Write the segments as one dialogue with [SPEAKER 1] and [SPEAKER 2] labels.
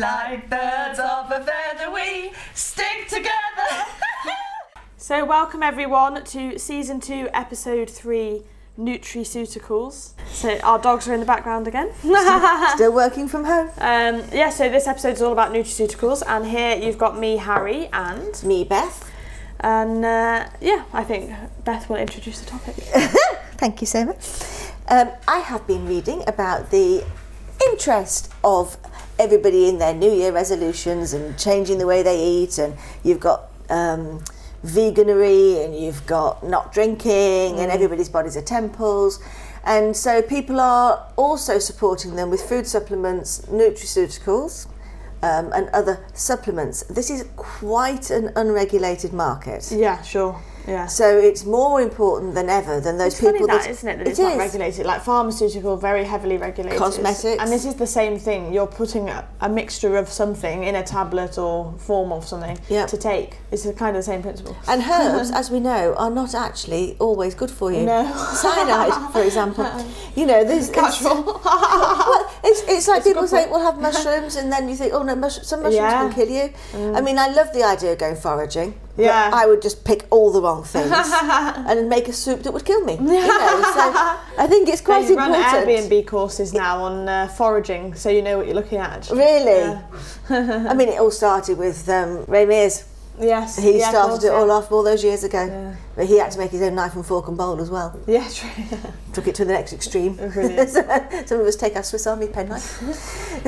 [SPEAKER 1] Like birds of a feather, we stick together.
[SPEAKER 2] So, welcome everyone to season two, episode three, Nutriceuticals. So, our dogs are in the background again.
[SPEAKER 3] Still working from home.
[SPEAKER 2] um, yeah, so this episode is all about nutraceuticals, and here you've got me, Harry, and
[SPEAKER 3] Me, Beth.
[SPEAKER 2] and uh, yeah, I think Beth will introduce the topic.
[SPEAKER 3] Thank you so much. Um, I have been reading about the interest of everybody in their New Year resolutions and changing the way they eat, and you've got um, veganery, and you've got not drinking, and everybody's bodies are temples. And so people are also supporting them with food supplements, nutraceuticals, um, and other supplements. This is quite an unregulated market.
[SPEAKER 2] Yeah, sure. Yeah.
[SPEAKER 3] So it's more important than ever than those
[SPEAKER 2] It's funny
[SPEAKER 3] people
[SPEAKER 2] that,
[SPEAKER 3] that
[SPEAKER 2] isn't it? That
[SPEAKER 3] It
[SPEAKER 2] it's not
[SPEAKER 3] is.
[SPEAKER 2] regulated. Like pharmaceutical, very heavily regulated.
[SPEAKER 3] Cosmetics.
[SPEAKER 2] And this is the same thing. You're putting a, a mixture of something in a tablet or form of something
[SPEAKER 3] Yeah.
[SPEAKER 2] to take. It's the- kind of the same principle.
[SPEAKER 3] And herbs, as we know, are not actually always good for you.
[SPEAKER 2] No.
[SPEAKER 3] Cyanide, for example. You know, there's
[SPEAKER 2] Casual.
[SPEAKER 3] well, it's, it's like
[SPEAKER 2] It's a
[SPEAKER 3] people
[SPEAKER 2] good
[SPEAKER 3] say,
[SPEAKER 2] point.
[SPEAKER 3] "Well, have mushrooms," and then you think, "Oh no, mush- some mushrooms
[SPEAKER 2] Yeah. Mm.
[SPEAKER 3] can kill you." I mean, I love the idea of going foraging. but
[SPEAKER 2] Yeah.
[SPEAKER 3] I would just pick all the wrong things and make a soup that would kill me. You know, so I think it's quite
[SPEAKER 2] They run
[SPEAKER 3] important.
[SPEAKER 2] Airbnb courses now on uh, foraging, so you know what you're looking at. Actually.
[SPEAKER 3] Really, I mean, it all started with um, Ray Mears.
[SPEAKER 2] Yes. yeah,
[SPEAKER 3] He
[SPEAKER 2] of
[SPEAKER 3] started
[SPEAKER 2] course,
[SPEAKER 3] it all
[SPEAKER 2] yeah.
[SPEAKER 3] off all those years ago.
[SPEAKER 2] Yeah.
[SPEAKER 3] But he had to make his own knife and fork and bowl as well.
[SPEAKER 2] Yeah, true.
[SPEAKER 3] Took it to the next extreme.
[SPEAKER 2] Brilliant.
[SPEAKER 3] Some of us take our Swiss Army penknife.
[SPEAKER 2] so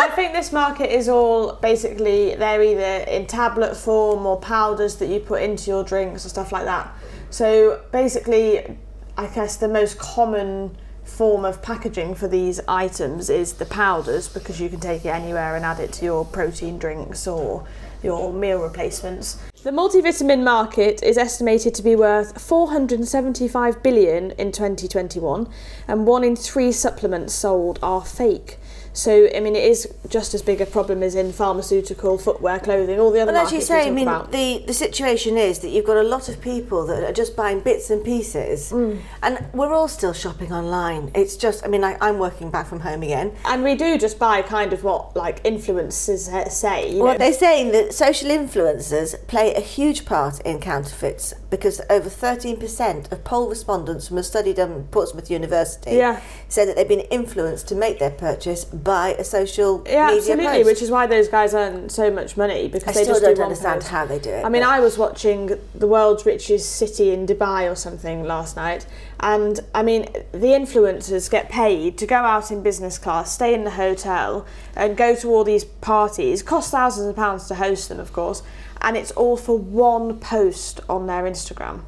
[SPEAKER 2] I think this market is all basically they're either in tablet form or powders that you put into your drinks or stuff like that. So basically, I guess the most common form of packaging for these items is the powders because you can take it anywhere and add it to your protein drinks or your meal replacements. The multivitamin market is estimated to be worth 475 billion in 2021 and one in 3 supplements sold are fake. So I mean, it is just as big a problem as in pharmaceutical, footwear, clothing, all the other
[SPEAKER 3] But as you
[SPEAKER 2] markets we
[SPEAKER 3] say, I
[SPEAKER 2] talk
[SPEAKER 3] mean,
[SPEAKER 2] about.
[SPEAKER 3] the, the situation is that you've got a lot of people that are just buying bits and pieces.
[SPEAKER 2] Mm.
[SPEAKER 3] And we're all still shopping online. It's just, I mean, I, I'm working back from home again.
[SPEAKER 2] and we do just buy kind of what like influencers uh, say. You
[SPEAKER 3] Well,
[SPEAKER 2] know.
[SPEAKER 3] they're saying that social influencers play a huge part in counterfeits because over 13% of poll respondents from a study done at Portsmouth University
[SPEAKER 2] Yeah.
[SPEAKER 3] said that they've been influenced to make their purchase by a social
[SPEAKER 2] yeah,
[SPEAKER 3] media
[SPEAKER 2] absolutely.
[SPEAKER 3] post.
[SPEAKER 2] Which is why those guys earn so much money because
[SPEAKER 3] I
[SPEAKER 2] they
[SPEAKER 3] still
[SPEAKER 2] just
[SPEAKER 3] don't
[SPEAKER 2] do one
[SPEAKER 3] understand
[SPEAKER 2] post.
[SPEAKER 3] how they do it.
[SPEAKER 2] I mean,
[SPEAKER 3] but-
[SPEAKER 2] I was watching the world's richest city in Dubai or something last night, and I mean, the influencers get paid to go out in business class, stay in the hotel, and go to all these parties. Cost thousands of pounds to host them, of course, and it's all for one post on their Instagram.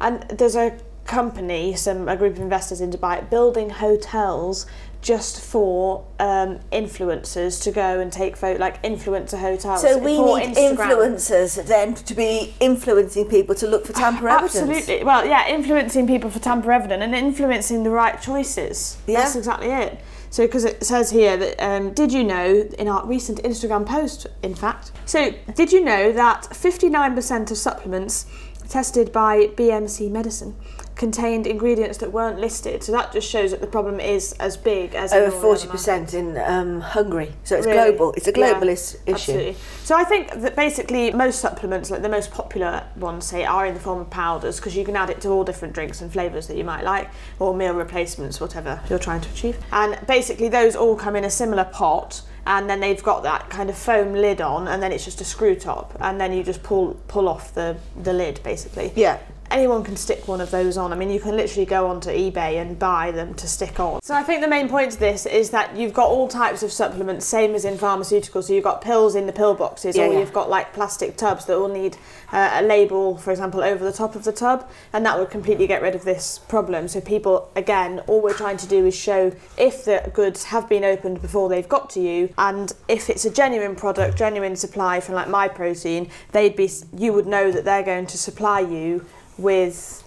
[SPEAKER 2] And there's a company, some a group of investors in Dubai, building hotels just for um, influencers to go and take photo, like influencer hotels.
[SPEAKER 3] so we
[SPEAKER 2] for
[SPEAKER 3] need
[SPEAKER 2] Instagram.
[SPEAKER 3] influencers then to be influencing people to look for tamper evidence.
[SPEAKER 2] Absolutely. Well, yeah, influencing people for tamper evident and influencing the right choices.
[SPEAKER 3] Yeah.
[SPEAKER 2] That's exactly it. So, because it says here that, um, did you know, in our recent Instagram post, in fact, so did you know that 59% of supplements tested by BMC Medicine contained ingredients that weren't listed? So that just shows that the problem is as big as in all
[SPEAKER 3] Over
[SPEAKER 2] the other
[SPEAKER 3] forty
[SPEAKER 2] markets.
[SPEAKER 3] percent in um, Hungary, so it's
[SPEAKER 2] Really?
[SPEAKER 3] global. It's a
[SPEAKER 2] Yeah,
[SPEAKER 3] globalist issue.
[SPEAKER 2] Absolutely. So I think that basically most supplements, like the most popular ones, say, are in the form of powders because you can add it to all different drinks and flavours that you might like, or meal replacements, whatever you're trying to achieve. And basically, those all come in a similar pot. And then they've got that kind of foam lid on, and then it's just a screw top, and then you just pull pull off the, the lid basically.
[SPEAKER 3] Yeah.
[SPEAKER 2] Anyone can stick one of those on. I mean, you can literally go onto eBay and buy them to stick on. So I think the main point to this is that you've got all types of supplements, same as in pharmaceuticals. So you've got pills in the pill boxes,
[SPEAKER 3] Yeah,
[SPEAKER 2] or
[SPEAKER 3] yeah.
[SPEAKER 2] you've got like plastic tubs that will need uh, a label, for example, over the top of the tub, and that would completely get rid of this problem. So people, again, all we're trying to do is show if the goods have been opened before they've got to you, and if it's a genuine product, genuine supply from like my protein, they'd be, you would know that they're going to supply you with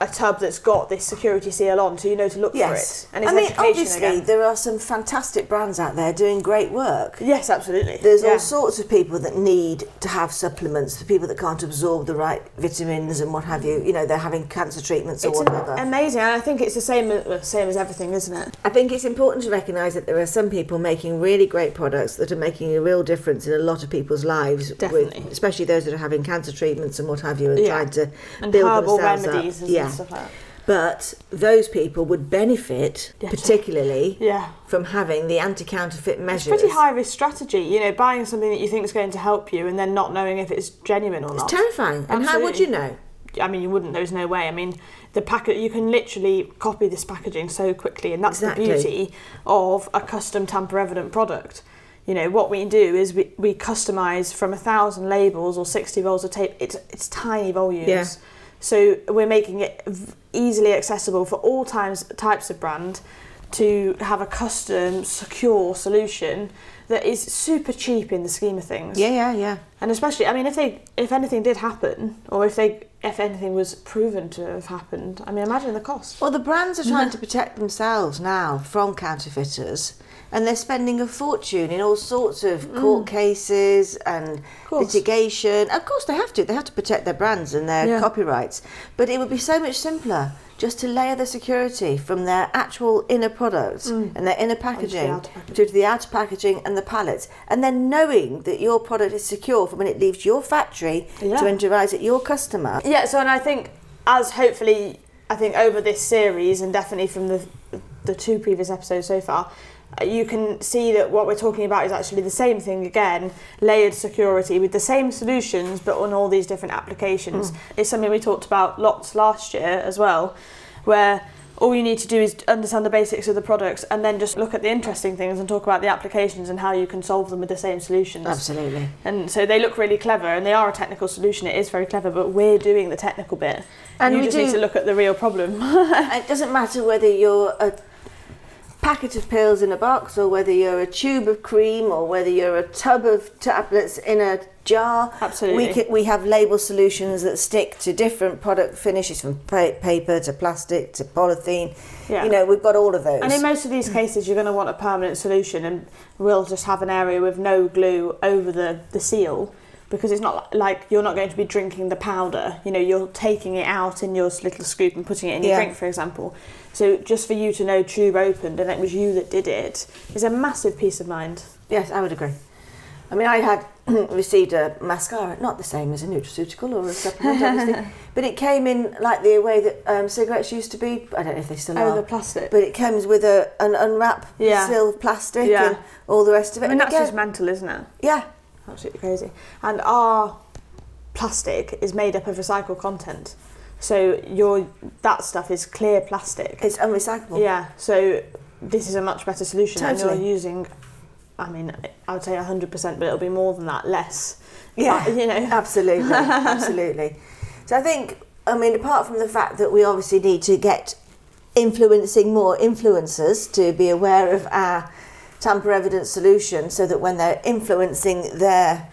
[SPEAKER 2] a tub that's got this security seal on, so you know to look
[SPEAKER 3] Yes.
[SPEAKER 2] for it. And it's
[SPEAKER 3] I mean,
[SPEAKER 2] education
[SPEAKER 3] obviously,
[SPEAKER 2] again.
[SPEAKER 3] there are some fantastic brands out there doing great work.
[SPEAKER 2] Yes, absolutely.
[SPEAKER 3] There's
[SPEAKER 2] Yeah.
[SPEAKER 3] all sorts of people that need to have supplements for people that can't absorb the right vitamins and what have you. You know, they're having cancer treatments or
[SPEAKER 2] It's
[SPEAKER 3] whatever.
[SPEAKER 2] amazing, and I think it's the same, well, same as everything, isn't it?
[SPEAKER 3] I think it's important to recognise that there are some people making really great products that are making a real difference in a lot of people's lives, with-
[SPEAKER 2] Definitely.
[SPEAKER 3] especially those that are having cancer treatments and what have you, and
[SPEAKER 2] Yeah.
[SPEAKER 3] trying to
[SPEAKER 2] And
[SPEAKER 3] build
[SPEAKER 2] herbal
[SPEAKER 3] themselves
[SPEAKER 2] remedies
[SPEAKER 3] up.
[SPEAKER 2] and
[SPEAKER 3] yeah,
[SPEAKER 2] stuff like that.
[SPEAKER 3] but those people would benefit
[SPEAKER 2] Yeah,
[SPEAKER 3] particularly
[SPEAKER 2] Yeah.
[SPEAKER 3] from having the anti-counterfeit
[SPEAKER 2] It's
[SPEAKER 3] measures.
[SPEAKER 2] pretty high risk strategy, you know, buying something that you think is going to help you and then not knowing if it's genuine or not.
[SPEAKER 3] Terrifying. And how would
[SPEAKER 2] Absolutely.
[SPEAKER 3] you know?
[SPEAKER 2] I mean, you wouldn't. There's no way. I mean, the packet you can literally copy this packaging so quickly, and that's
[SPEAKER 3] Exactly.
[SPEAKER 2] the beauty of a custom tamper-evident product. You know what we do is we, we customize from a thousand labels or sixty rolls of tape. It's it's tiny volumes.
[SPEAKER 3] Yeah.
[SPEAKER 2] So we're making it v- easily accessible for all times types of brand to have a custom secure solution that is super cheap in the scheme of things.
[SPEAKER 3] yeah, yeah.
[SPEAKER 2] And especially, I mean, if they, if anything did happen, or if they, if anything was proven to have happened, I mean, imagine the cost.
[SPEAKER 3] Well, the brands are trying to protect themselves now from counterfeiters, and they're spending a fortune in all sorts of court cases and
[SPEAKER 2] Mm. course.
[SPEAKER 3] litigation. Of course, they have to. They have to protect their brands and their
[SPEAKER 2] Yeah.
[SPEAKER 3] copyrights. But it would be so much simpler just to layer the security from their actual inner product
[SPEAKER 2] Mm.
[SPEAKER 3] and their inner packaging
[SPEAKER 2] outer packaging.
[SPEAKER 3] to the outer packaging and the pallets, and then knowing that your product is secure from when it leaves your factory
[SPEAKER 2] Yeah.
[SPEAKER 3] to when it arrives at your customer.
[SPEAKER 2] Yeah. So, and I think, as hopefully, I think over this series, and definitely from the, the two previous episodes so far, uh, you can see that what we're talking about is actually the same thing again, layered security with the same solutions, but on all these different applications. It's something we talked about lots last year as well, where all you need to do is understand the basics of the products and then just look at the interesting things and talk about the applications and how you can solve them with the same solutions.
[SPEAKER 3] Absolutely.
[SPEAKER 2] And so they look really clever and they are a technical solution. It is very clever, but we're doing the technical bit. And
[SPEAKER 3] And
[SPEAKER 2] you
[SPEAKER 3] we
[SPEAKER 2] just
[SPEAKER 3] do-
[SPEAKER 2] need to look at the real problem.
[SPEAKER 3] It doesn't matter whether you're a packet of pills in a box, or whether you're a tube of cream, or whether you're a tub of tablets in a jar.
[SPEAKER 2] Absolutely.
[SPEAKER 3] We, ca we have label solutions that stick to different product finishes from pa- paper to plastic to polythene.
[SPEAKER 2] Yeah.
[SPEAKER 3] You know, we've got all of those.
[SPEAKER 2] And in most of these cases, you're going to want a permanent solution, and we'll just have an area with no glue over the, the seal because it's not li- like you're not going to be drinking the powder. You know, you're taking it out in your little scoop and putting it in your
[SPEAKER 3] Yeah.
[SPEAKER 2] drink, for example. So just for you to know tube opened and it was you that did it is a massive peace of mind.
[SPEAKER 3] Yes, I would agree. I mean, I had received a mascara, not the same as a nutraceutical or a supplement, obviously, but it came in like the way that um, cigarettes used to be. I don't know if they still
[SPEAKER 2] Oh,
[SPEAKER 3] are.
[SPEAKER 2] the plastic.
[SPEAKER 3] But it comes with a an unwrap
[SPEAKER 2] Yeah.
[SPEAKER 3] seal of plastic
[SPEAKER 2] Yeah.
[SPEAKER 3] and all the rest of it.
[SPEAKER 2] I mean,
[SPEAKER 3] And
[SPEAKER 2] that's
[SPEAKER 3] again-
[SPEAKER 2] just mental, isn't it?
[SPEAKER 3] yeah,
[SPEAKER 2] absolutely crazy. And our plastic is made up of recycled content, so your that stuff is clear plastic.
[SPEAKER 3] it's unrecyclable.
[SPEAKER 2] Yeah, so this is a much better solution, and
[SPEAKER 3] Totally.
[SPEAKER 2] you're using. I mean, I would say 100%, but it'll be more than that, less.
[SPEAKER 3] Yeah.
[SPEAKER 2] But, you know.
[SPEAKER 3] Absolutely, absolutely. So I think, I mean, apart from the fact that we obviously need to get influencing more influencers to be aware of our tamper evidence solution so that when they're influencing their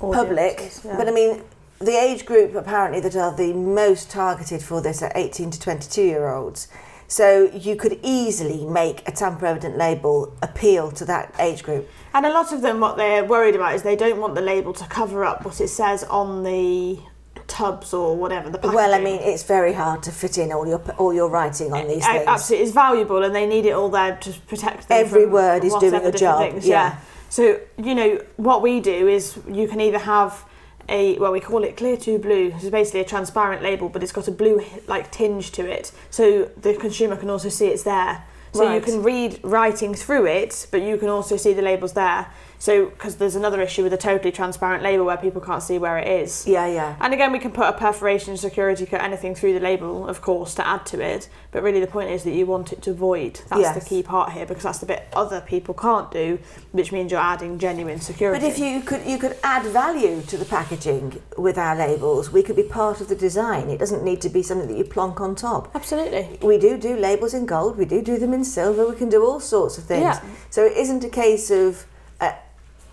[SPEAKER 3] public,
[SPEAKER 2] audiences, yeah.
[SPEAKER 3] but I mean, the age group apparently that are the most targeted for this are 18 to 22 year olds. So you could easily make a tamper evident label appeal to that age group.
[SPEAKER 2] And a lot of them, what they're worried about is they don't want the label to cover up what it says on the tubs or whatever the packaging.
[SPEAKER 3] Well, I mean, it's very hard to fit in all your all your writing on these
[SPEAKER 2] A-
[SPEAKER 3] things.
[SPEAKER 2] Absolutely, it's valuable, and they need it all there to protect them.
[SPEAKER 3] Every
[SPEAKER 2] from
[SPEAKER 3] word is
[SPEAKER 2] whatever
[SPEAKER 3] doing a
[SPEAKER 2] different
[SPEAKER 3] job,
[SPEAKER 2] things,
[SPEAKER 3] yeah.
[SPEAKER 2] So you know what we do is you can either have a well we call it clear to blue. It's basically a transparent label, but it's got a blue like tinge to it, so the consumer can also see it's there. So you
[SPEAKER 3] Right.
[SPEAKER 2] can read writing through it, but you can also see the labels there. So because there's another issue with a totally transparent label where people can't see where it is.
[SPEAKER 3] Yeah, yeah.
[SPEAKER 2] And again, we can put a perforation, security cut, anything through the label, of course, to add to it. But really, the point is that you want it to void. That's the
[SPEAKER 3] Yes.
[SPEAKER 2] key part here because that's the bit other people can't do, which means you're adding genuine security.
[SPEAKER 3] But if you could you could add value to the packaging with our labels, we could be part of the design. It doesn't need to be something that you plonk on top.
[SPEAKER 2] absolutely,
[SPEAKER 3] We do do labels in gold. We do do them in silver. We can do all sorts of things.
[SPEAKER 2] Yeah.
[SPEAKER 3] So it isn't a case of. Uh,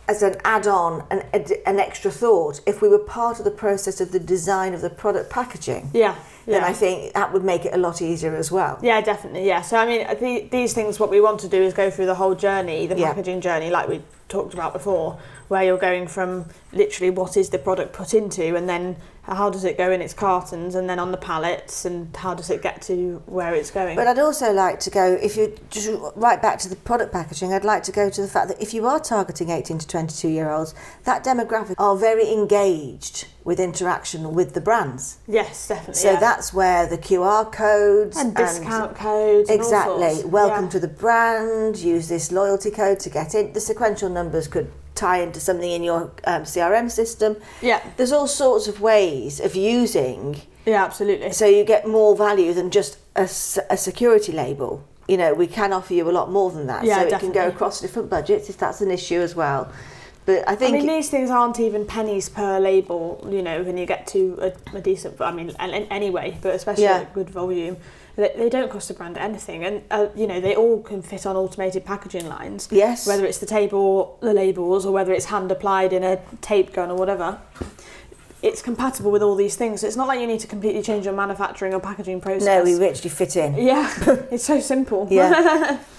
[SPEAKER 3] as an add-on, an, ad- an extra thought, if we were part of the process of the design of the product packaging,
[SPEAKER 2] Yeah. Yeah.
[SPEAKER 3] then I think that would make it a lot easier as well.
[SPEAKER 2] Yeah, definitely. Yeah. So I mean, the, these things. What we want to do is go through the whole journey, the
[SPEAKER 3] Yeah.
[SPEAKER 2] packaging journey, like we talked about before, where you're going from literally what is the product put into, and then how does it go in its cartons, and then on the pallets, and how does it get to where it's going.
[SPEAKER 3] But I'd also like to go, if you just right back to the product packaging, I'd like to go to the fact that if you are targeting 18 to 22 year olds, that demographic are very engaged with interaction with the brands.
[SPEAKER 2] yes, definitely.
[SPEAKER 3] So
[SPEAKER 2] yeah.
[SPEAKER 3] that's where the QR codes
[SPEAKER 2] and discount codes. and all
[SPEAKER 3] Exactly.
[SPEAKER 2] sorts.
[SPEAKER 3] Welcome
[SPEAKER 2] Yeah.
[SPEAKER 3] to the brand. Use this loyalty code to get in. The sequential numbers could tie into something in your um, CRM system.
[SPEAKER 2] Yeah.
[SPEAKER 3] There's all sorts of ways of using
[SPEAKER 2] Yeah, absolutely.
[SPEAKER 3] so you get more value than just a, s- a security label. You know, we can offer you a lot more than that.
[SPEAKER 2] Yeah,
[SPEAKER 3] so it can go
[SPEAKER 2] definitely.
[SPEAKER 3] across different budgets if that's an issue as well. But I
[SPEAKER 2] I
[SPEAKER 3] think
[SPEAKER 2] mean, these things aren't even pennies per label, you know, when you get to a, a decent, I mean, an, an- anyway, but especially
[SPEAKER 3] Yeah.
[SPEAKER 2] at a good volume. They, they don't cost the brand anything. And, uh, you know, they all can fit on automated packaging lines.
[SPEAKER 3] Yes.
[SPEAKER 2] Whether it's the table, the labels, or whether it's hand applied in a tape gun or whatever. It's compatible with all these things. So it's not like you need to completely change your manufacturing or packaging process.
[SPEAKER 3] no, we actually fit in.
[SPEAKER 2] Yeah, it's so simple.
[SPEAKER 3] Yeah.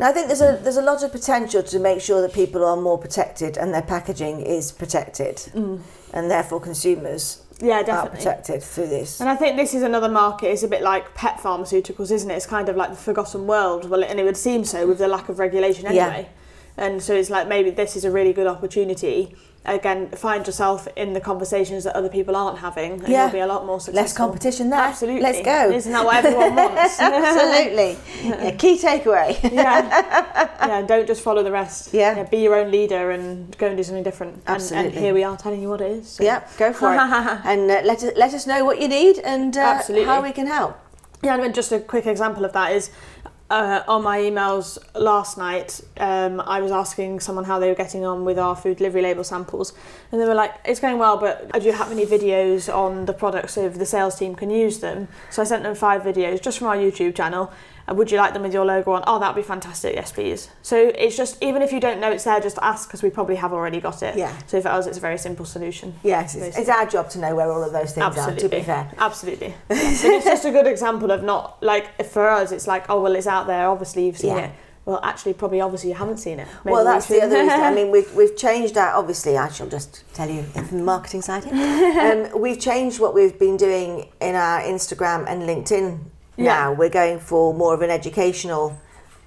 [SPEAKER 3] Now I think there's a there's a lot of potential to make sure that people are more protected and their packaging is protected, and therefore consumers
[SPEAKER 2] yeah,
[SPEAKER 3] are
[SPEAKER 2] definitely.
[SPEAKER 3] protected through this.
[SPEAKER 2] And I think this is another market. It's a bit like pet pharmaceuticals, isn't it? It's kind of like the forgotten world. Well, and it would seem so with the lack of regulation
[SPEAKER 3] Yeah.
[SPEAKER 2] anyway. And so it's like maybe this is a really good opportunity. Again, find yourself in the conversations that other people aren't having, and
[SPEAKER 3] Yeah.
[SPEAKER 2] you'll be a lot more successful.
[SPEAKER 3] Less competition there.
[SPEAKER 2] Absolutely.
[SPEAKER 3] Let's go.
[SPEAKER 2] Isn't that what everyone wants?
[SPEAKER 3] Absolutely. Yeah, key takeaway.
[SPEAKER 2] yeah. Yeah. Don't just follow the rest.
[SPEAKER 3] Yeah.
[SPEAKER 2] Be your own leader and go and do something different. And,
[SPEAKER 3] Absolutely.
[SPEAKER 2] and here we are telling you what it is. So.
[SPEAKER 3] yep, go for it. And uh, let us let us know what you need and uh,
[SPEAKER 2] Absolutely.
[SPEAKER 3] how we can help.
[SPEAKER 2] Yeah, and just a quick example of that is uh, on my emails last night, um, I was asking someone how they were getting on with our food delivery label samples, and they were like, "It's going well, but do you have any videos on the products so the sales team can use them?" So I sent them five videos just from our YouTube channel. Uh, Would you like them with your logo on? Oh, that'd be fantastic. Yes, please. So it's just even if you don't know it's there, just ask because we probably have already got it.
[SPEAKER 3] Yeah.
[SPEAKER 2] So for us, it's a very simple solution.
[SPEAKER 3] Yes, it's, it's our job to know where all of those things
[SPEAKER 2] Absolutely.
[SPEAKER 3] are. To be fair.
[SPEAKER 2] Absolutely. But it's just a good example of not like for us it's like, oh well it's out there, obviously you've seen
[SPEAKER 3] Yeah.
[SPEAKER 2] it. Well actually probably obviously you haven't seen it. Maybe
[SPEAKER 3] well,
[SPEAKER 2] we
[SPEAKER 3] that's the
[SPEAKER 2] should-
[SPEAKER 3] other reason. I mean, we've, we've changed our, obviously, I shall just tell you from the marketing side. Um, we've changed what we've been doing in our Instagram and LinkedIn now.
[SPEAKER 2] Yeah.
[SPEAKER 3] We're going for more of an educational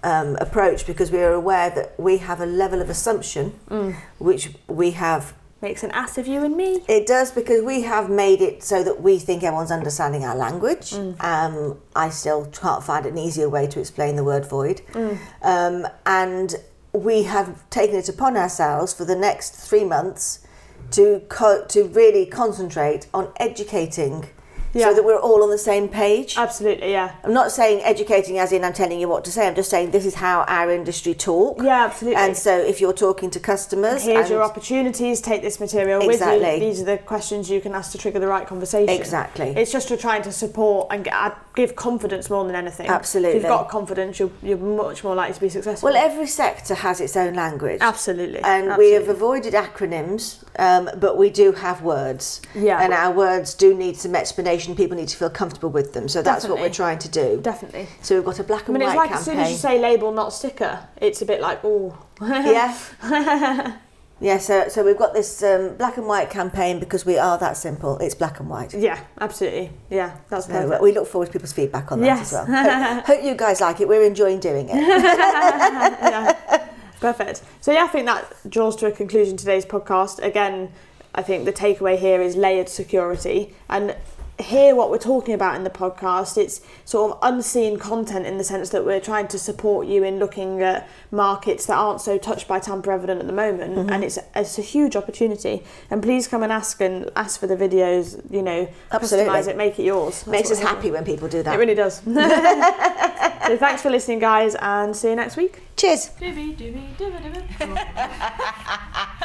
[SPEAKER 3] um, approach because we are aware that we have a level of assumption
[SPEAKER 2] Mm.
[SPEAKER 3] which we have.
[SPEAKER 2] makes an ass of you and me.
[SPEAKER 3] It does because we have made it so that we think everyone's understanding our language.
[SPEAKER 2] Mm.
[SPEAKER 3] Um, I still can't find an easier way to explain the word void.
[SPEAKER 2] Mm.
[SPEAKER 3] Um, and we have taken it upon ourselves for the next three months to co- to really concentrate on educating,
[SPEAKER 2] Yeah.
[SPEAKER 3] so that we're all on the same page.
[SPEAKER 2] Absolutely, yeah.
[SPEAKER 3] I'm not saying educating as in I'm telling you what to say. I'm just saying this is how our industry talk.
[SPEAKER 2] Yeah, absolutely.
[SPEAKER 3] And so if you're talking to customers,
[SPEAKER 2] Here's
[SPEAKER 3] and-
[SPEAKER 2] your opportunities, take this material with
[SPEAKER 3] Exactly.
[SPEAKER 2] you. These are the questions you can ask to trigger the right conversation.
[SPEAKER 3] Exactly.
[SPEAKER 2] It's just to trying to support and get, add- give confidence more than anything. If
[SPEAKER 3] Absolutely.
[SPEAKER 2] you've got confidence, you're, you're much more likely to be successful.
[SPEAKER 3] well, every sector has its own language.
[SPEAKER 2] absolutely.
[SPEAKER 3] And we have avoided acronyms, um, but we do have words.
[SPEAKER 2] Yeah.
[SPEAKER 3] And our words do need some explanation. People need to feel comfortable with them. So that's what
[SPEAKER 2] Definitely.
[SPEAKER 3] we're trying to do.
[SPEAKER 2] definitely.
[SPEAKER 3] So we've got a black
[SPEAKER 2] I
[SPEAKER 3] and
[SPEAKER 2] mean, it's
[SPEAKER 3] white
[SPEAKER 2] like as soon
[SPEAKER 3] campaign.
[SPEAKER 2] as you say label, not sticker, it's a bit like, oh,
[SPEAKER 3] yeah. yeah, so, so we've got this um, black and white campaign because we are that simple. It's black and white.
[SPEAKER 2] yeah, absolutely, yeah, that's
[SPEAKER 3] So
[SPEAKER 2] perfect.
[SPEAKER 3] we look forward to people's feedback on that
[SPEAKER 2] Yes.
[SPEAKER 3] as well. Hope, hope you guys like it. We're enjoying doing it.
[SPEAKER 2] yeah, perfect. So yeah, I think that draws to a conclusion today's podcast. Again, I think the takeaway here is layered security and hear what we're talking about in the podcast. It's sort of unseen content in the sense that we're trying to support you in looking at markets that aren't so touched by tamper evident at the moment, and it's it's a huge opportunity. And please come and ask and ask for the videos. You know,
[SPEAKER 3] Absolutely.
[SPEAKER 2] customize it, make it yours. That's
[SPEAKER 3] Makes
[SPEAKER 2] what
[SPEAKER 3] us
[SPEAKER 2] I think.
[SPEAKER 3] happy when people do that.
[SPEAKER 2] It really does. so thanks for listening, guys, and see you next week.
[SPEAKER 3] Cheers.
[SPEAKER 1] Dibby, dibby, dibby, dibby.